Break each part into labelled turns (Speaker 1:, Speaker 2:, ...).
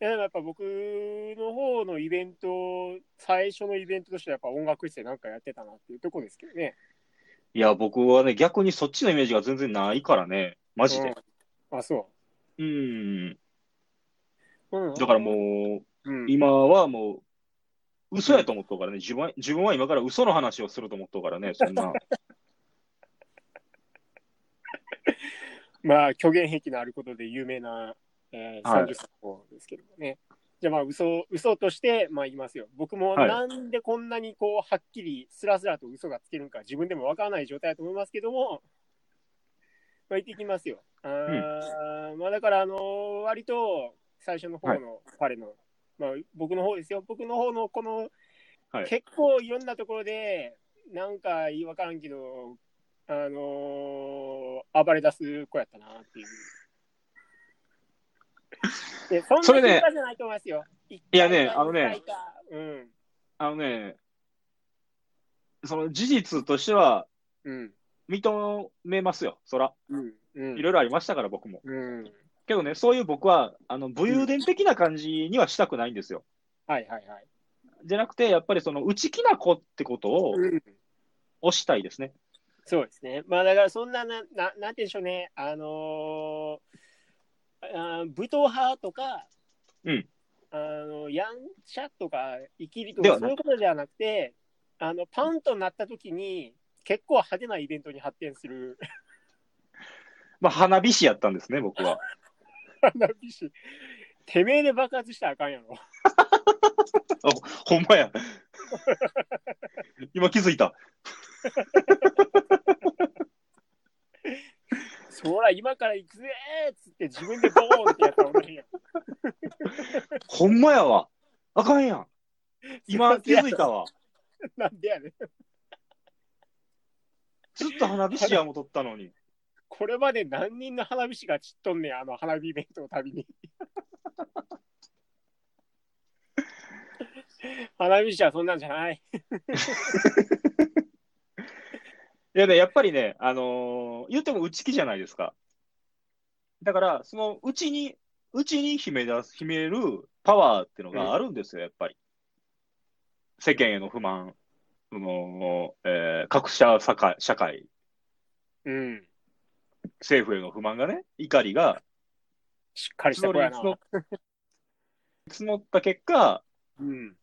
Speaker 1: いやでもやっぱ僕の方のイベント、最初のイベントとしてはやっぱ音楽室でなんかやってたなっていうとこですけどね。
Speaker 2: いや、僕はね、逆にそっちのイメージが全然ないからね、マジで。
Speaker 1: うんあ、そ
Speaker 2: うん。
Speaker 1: う。うん、
Speaker 2: だからも
Speaker 1: う、
Speaker 2: う、
Speaker 1: ん、
Speaker 2: 今はもう、嘘やと思っとうからね、自分は自分は今から嘘の話をすると思っとうからね、そん な。
Speaker 1: まあ、虚言癖のあることで有名な、えー、
Speaker 2: はい
Speaker 1: 30歳の方ですけどもね。じゃあまあ、嘘、嘘として、まあ言いますよ。僕も
Speaker 2: はい
Speaker 1: なんでこんなにこう、はっきり、スラスラと嘘がつけるのか、自分でもわからない状態だと思いますけども、まあ言ってきますよ。あーまあだから、あのー割と、最初の方の彼の、まあ僕の方ですよ。僕の方のこの、
Speaker 2: はい
Speaker 1: 結構いろんなところで、なんか言いわからんけど、あのー暴れ出す子やったなって いう。でそんな
Speaker 2: それね
Speaker 1: 頻繁じゃないと思いますよ。い
Speaker 2: やねあのね。
Speaker 1: 一回かうん。
Speaker 2: あのね、その事実としては
Speaker 1: うん。
Speaker 2: 認めますよ、そら。
Speaker 1: うん。うん。
Speaker 2: いろいろありましたから、僕も。
Speaker 1: うん。
Speaker 2: けどね、そういう僕は、あの、武勇伝的な感じにはしたくないんですよ。
Speaker 1: はいはいはい。
Speaker 2: じゃなくて、やっぱりその、内気な子ってことを
Speaker 1: うん。
Speaker 2: 推したいですね。
Speaker 1: そうですね。まあだからそんなな、ななんて言うんでしょうね。あのーあー武闘派とか、
Speaker 2: うん
Speaker 1: あの、やんちゃとか、生きりと
Speaker 2: で
Speaker 1: か、
Speaker 2: は
Speaker 1: そ
Speaker 2: なく
Speaker 1: ういうことではなくて、あの、パンとなった時に、結構派手なイベントに発展する
Speaker 2: まあ、花火師やったんですね、僕は。
Speaker 1: 花火師。てめえで爆発したらあかんやろ。
Speaker 2: ほんま や。今気づいた。
Speaker 1: そら、今から行くぜーっつって、自分でボーンってやったらおもろいやん
Speaker 2: ほんまやわ。あかんやん。今気づいたわ。
Speaker 1: なんでやねん。
Speaker 2: ずっと花火師やもとったのに。
Speaker 1: これまで何人の花火師が散っとんねん、あの花火イベントのたびに。花火師はそんなんじゃない。
Speaker 2: いやね、やっぱりね、あのー言っても内気じゃないですか。だから、そのうちに、うちに秘めだす、秘めるパワーっていうのがあるんですよ、やっぱり。世間への不満、その、えー各社社会、社会、
Speaker 1: うん。
Speaker 2: 政府への不満がね、怒りが
Speaker 1: しっかりした子
Speaker 2: 募
Speaker 1: や
Speaker 2: り
Speaker 1: な。
Speaker 2: 募募った結果、
Speaker 1: うん。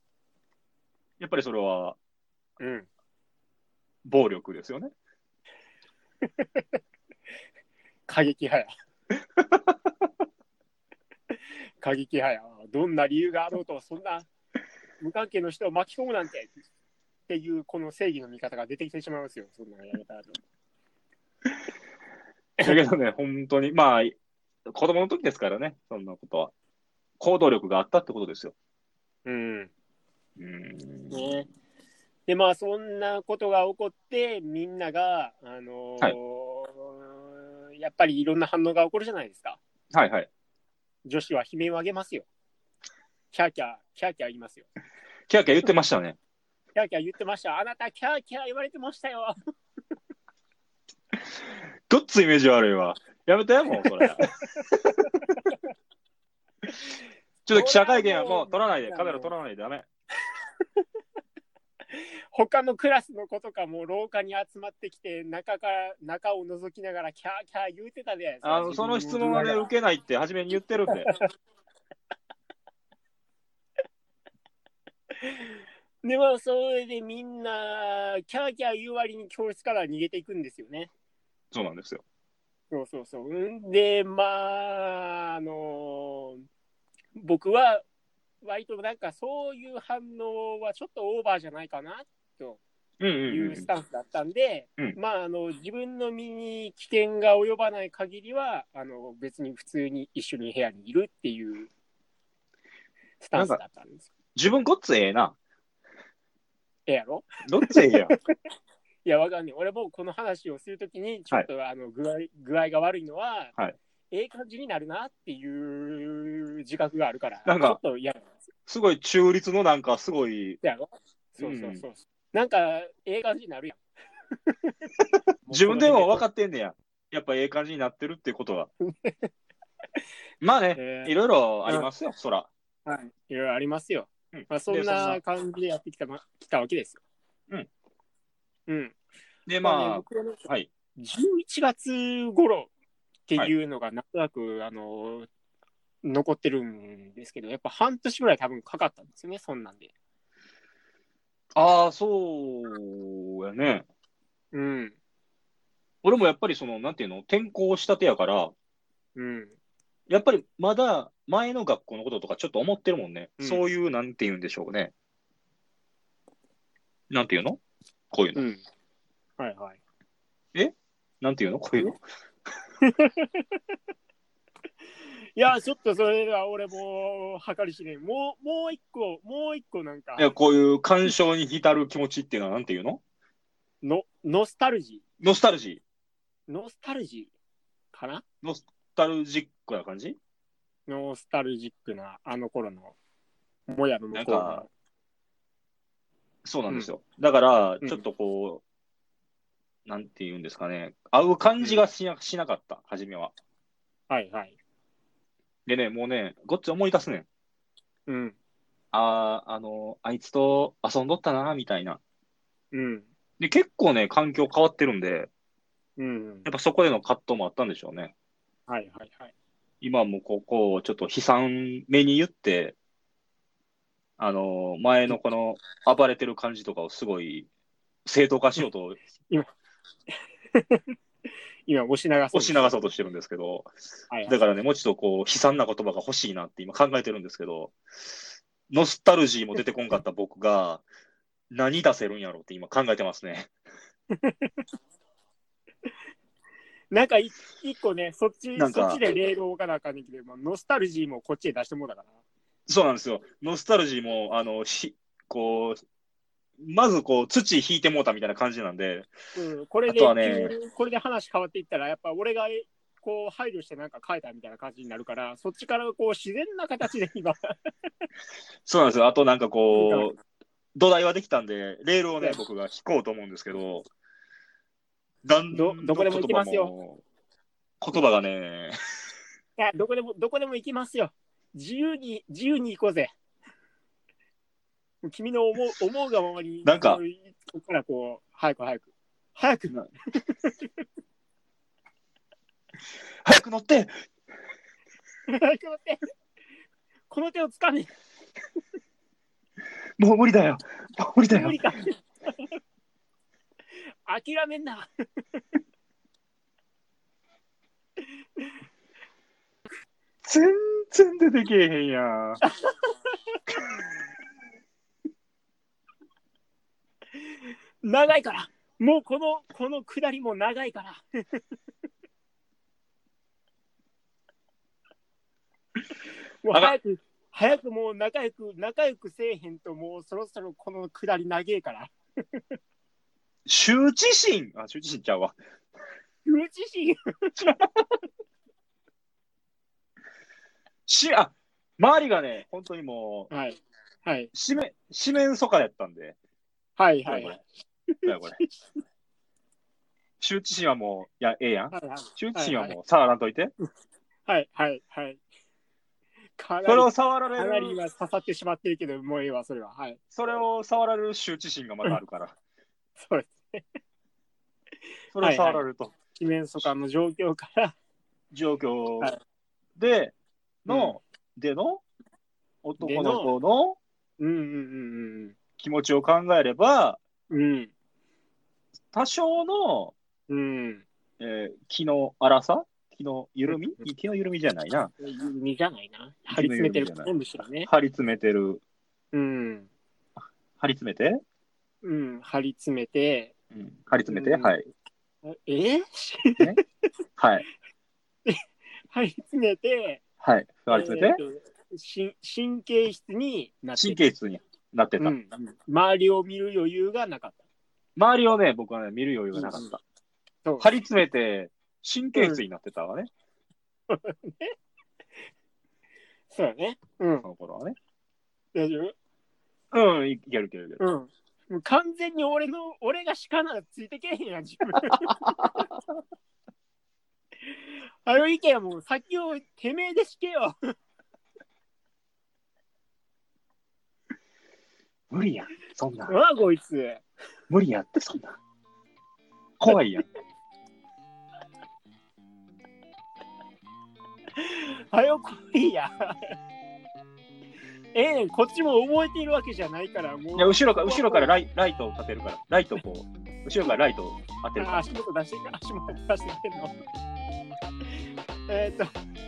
Speaker 2: やっぱりそれは
Speaker 1: うん。
Speaker 2: 暴力ですよね。
Speaker 1: 過激派や。過激派や。どんな理由があろうと、そんな無関係の人を巻き込むなんて。っていうこの正義の味方が出てきてしまいますよ、そんなやり方だと。
Speaker 2: だけど ね、本当に、まあ、子供の時ですからね、そんなことは。行動力があったってことですよ。
Speaker 1: うん。
Speaker 2: うん。
Speaker 1: ね。で、まあ、そんなことが起こって、みんなが、あのーやっぱりいろんな反応が起こるじゃないですか。
Speaker 2: はいはい。
Speaker 1: 女子は悲鳴を上げますよ。キャーキャー、キャーキャー言いますよ。
Speaker 2: キャーキャー言ってましたね。
Speaker 1: キャーキャー言ってました。あなた、キャーキャー言われてましたよ。
Speaker 2: どっつイメージ悪いわ。やめてもうそ れ。ちょっと記者会見はもう撮らないで、カメラ撮らないでダメ。
Speaker 1: 他のクラスの子とかも廊下に集まってきて、中から、中を覗きながら、キャーキャー言うてたで。
Speaker 2: あの、その質問はね、受けないって初めに言ってるんで。
Speaker 1: で、まあ、それでみんな、キャーキャー言う割に教室から逃げていくんですよね。
Speaker 2: そうなんですよ。
Speaker 1: そうそうそう。うんで、まあ、あの僕は、割となんかそういう反応はちょっとオーバーじゃないかな
Speaker 2: うん
Speaker 1: と
Speaker 2: うん
Speaker 1: いううんス。タンスだったんで、
Speaker 2: うん
Speaker 1: まあ、あの、自分の身に危険が及ばない限りは、あの、別に普通に一緒に部屋にいるっていうスタンスだったんですよ。
Speaker 2: 自分ごっつええな。
Speaker 1: ええやろ
Speaker 2: どっつええやん。
Speaker 1: いや、わかんない。俺もこの話をするときに、ちょっと、あの具合具合が悪いのは、
Speaker 2: はい
Speaker 1: ええ感じになるなっていう自覚があるから、
Speaker 2: なんか
Speaker 1: ちょっと嫌なんですよ。
Speaker 2: すごい中立のなんかすごい、
Speaker 1: だろそうそうそう。うなんか、ええ感じにな るやん。
Speaker 2: 自分でも分
Speaker 1: か
Speaker 2: かってんねや。やっぱええ感じになってるってことは。まあね、
Speaker 1: えー
Speaker 2: いろいろありますよ、そら。
Speaker 1: はい、いろいろありますよ。
Speaker 2: うん
Speaker 1: まあ、そん
Speaker 2: で
Speaker 1: な感じでやってきた,、ま、きたわけですよ。
Speaker 2: うん。
Speaker 1: うん。
Speaker 2: で、
Speaker 1: まあね、
Speaker 2: ま
Speaker 1: 僕はね
Speaker 2: あ、はい。
Speaker 1: 11月頃っていうのがなんとなく、あの残ってるんですけど、やっぱ半年ぐらい多分かかったんですよね、そんなんで。
Speaker 2: ああ、そうやね。
Speaker 1: うん。
Speaker 2: 俺もやっぱりその、なんていうの、転校したてやから、
Speaker 1: うん。
Speaker 2: やっぱりまだ前の学校のこととかちょっと思ってるもんね。
Speaker 1: うん
Speaker 2: そういう、なんて言うんでしょうね。なんて言うのこういうの。
Speaker 1: うん。はいはい。
Speaker 2: なんて言うのこういうの。
Speaker 1: いや、ちょっとそれは俺もう計り知れん。もう、もう一個、もう一個なんか
Speaker 2: い、や、こういう感傷に浸る気持ちっていうのは、なんて言うの
Speaker 1: の、ノスタルジ
Speaker 2: ノスタルジ
Speaker 1: ー。ノスタルジーかな
Speaker 2: ー。ノスタルジックな感じ
Speaker 1: ノスタルジックなあの頃の、もやの向こう
Speaker 2: なんか
Speaker 1: の。
Speaker 2: そうなんですよ。だから
Speaker 1: う、ん
Speaker 2: ちょっとこう、なんて言うんですかね。合う感じがしな,、しなかった、初めは。
Speaker 1: はいはい。
Speaker 2: でね、もうね、ごっつ思い出すねん。
Speaker 1: うん。
Speaker 2: ああ、あの、あいつと遊んどったな、みたいな。
Speaker 1: うん。
Speaker 2: で、結構ね、環境変わってるんで、
Speaker 1: うん
Speaker 2: や。っぱそこでの葛藤もあったんでしょうね。
Speaker 1: はいはいはい。
Speaker 2: 今もここをちょっと悲惨めに言って、あの、前のこの暴れてる感じとかをすごい正当化しようと
Speaker 1: 今、押し流す。
Speaker 2: 押し流そうとしてるんですけど、
Speaker 1: はいはい
Speaker 2: だからね、もうちょっとこう、悲惨な言葉が欲しいなって今考えてるんですけど、ノスタルジーも出てこんかった僕が、何出せるんやろうって今考えてますね。
Speaker 1: なんかい一個ね、そっち、
Speaker 2: なんか
Speaker 1: そっちでレールを置かなあかんねんけど、まあ、ノスタルジーもこっちで出してもうだから。
Speaker 2: そうなんですよ。ノスタルジーも、あの、ひこう、まずこう、土引いてもうたみたいな感じなんで、
Speaker 1: うん、これ
Speaker 2: あと
Speaker 1: で、
Speaker 2: はね
Speaker 1: 急にこれで話変わっていったら、やっぱ俺がえこう配慮してなんか変えたみたいな感じになるから、そっちからこう自然な形で 今、
Speaker 2: そうなんですよ。あとなんかこ
Speaker 1: う
Speaker 2: う、土台はできたんで、レールをね
Speaker 1: う、ん
Speaker 2: 僕が引こうと思うんですけど、なん
Speaker 1: どどこでも行きます
Speaker 2: よ。言葉がね、
Speaker 1: いやどこでも、どこでも行きますよ。自由に、自由に行こうぜ。君の思う思うがままに、
Speaker 2: なんか
Speaker 1: こうこっからこう、早く早く、早く、
Speaker 2: 早く乗って
Speaker 1: 早く乗って、この手をつかめ、
Speaker 2: もう無理だよ。もう無理だ
Speaker 1: 無
Speaker 2: よ
Speaker 1: 理。か。諦めんな。
Speaker 2: 全然出てけえへんやん。
Speaker 1: 長いから。もうこの、この下りも長いから。もう早く、早くもう仲良く、仲良くせえへんと、もうそろそろこの下り長えから。
Speaker 2: 羞恥心あ、羞恥心ちゃうわ。
Speaker 1: うちしい。
Speaker 2: し、あ、周りがね、本当にもう、
Speaker 1: はい。はい。
Speaker 2: 四面、四面楚歌やったんで。
Speaker 1: はい。
Speaker 2: は
Speaker 1: はいい。
Speaker 2: こ
Speaker 1: は
Speaker 2: れ
Speaker 1: い。。
Speaker 2: だよこれ。 羞恥心はもう、いや、ええやん。羞恥心は
Speaker 1: はい
Speaker 2: もう、触らんといて。
Speaker 1: はい。はい。はい。かな
Speaker 2: それを
Speaker 1: り、
Speaker 2: 触ら
Speaker 1: かな
Speaker 2: れ
Speaker 1: り
Speaker 2: る、
Speaker 1: 今刺さってしまってるけど、もうええわ、それは。はい。
Speaker 2: それを触られる羞恥心がまだある から。
Speaker 1: そうです。
Speaker 2: それを触られると。
Speaker 1: 地面とかの状況から。
Speaker 2: 状況
Speaker 1: はい
Speaker 2: で、の、での、男の子の
Speaker 1: うんうんうんうん。
Speaker 2: 気持ちを考えれば、
Speaker 1: うん。
Speaker 2: 多少の、
Speaker 1: うん。
Speaker 2: えー気の荒さ気の緩み
Speaker 1: うん
Speaker 2: 気の緩みじゃないな。
Speaker 1: 身じゃないな。張り詰めてる全部しらね。
Speaker 2: 張り詰めてる。
Speaker 1: うん。
Speaker 2: 張り詰めて、
Speaker 1: うん。張り詰めて。
Speaker 2: うん、張り詰めて、
Speaker 1: うん
Speaker 2: はい。
Speaker 1: え
Speaker 2: はい。
Speaker 1: 張り詰めて。
Speaker 2: はい。張り詰めて、
Speaker 1: えーし神経質になってる
Speaker 2: 神経質になってた。
Speaker 1: うんうん周りを見る余裕がなかっ
Speaker 2: 周りをね、僕はね、見る余裕がなかった。
Speaker 1: た。そう
Speaker 2: 張り詰めて、神経質になってたわね、
Speaker 1: そうだね。うん
Speaker 2: そ。の頃はね。
Speaker 1: 大丈夫
Speaker 2: うん、いけるいけるいける。
Speaker 1: うん。もう完全に俺の、俺がしかならついてけえへんやん、自 分。 あの意見はもう先をてめえでしけよ。
Speaker 2: 無理やん。そんな
Speaker 1: う。わ、こいつ。
Speaker 2: 無理やって、そんな。怖いやん。
Speaker 1: はよ来いや。ええねんこっちも覚えているわけじゃないから、もう。
Speaker 2: いや、後ろから、後ろからライライトを立てるから。ライトをこう、後ろからライトを当てる
Speaker 1: あ
Speaker 2: から。
Speaker 1: 足元出して、足元出してくれんの。えーっと、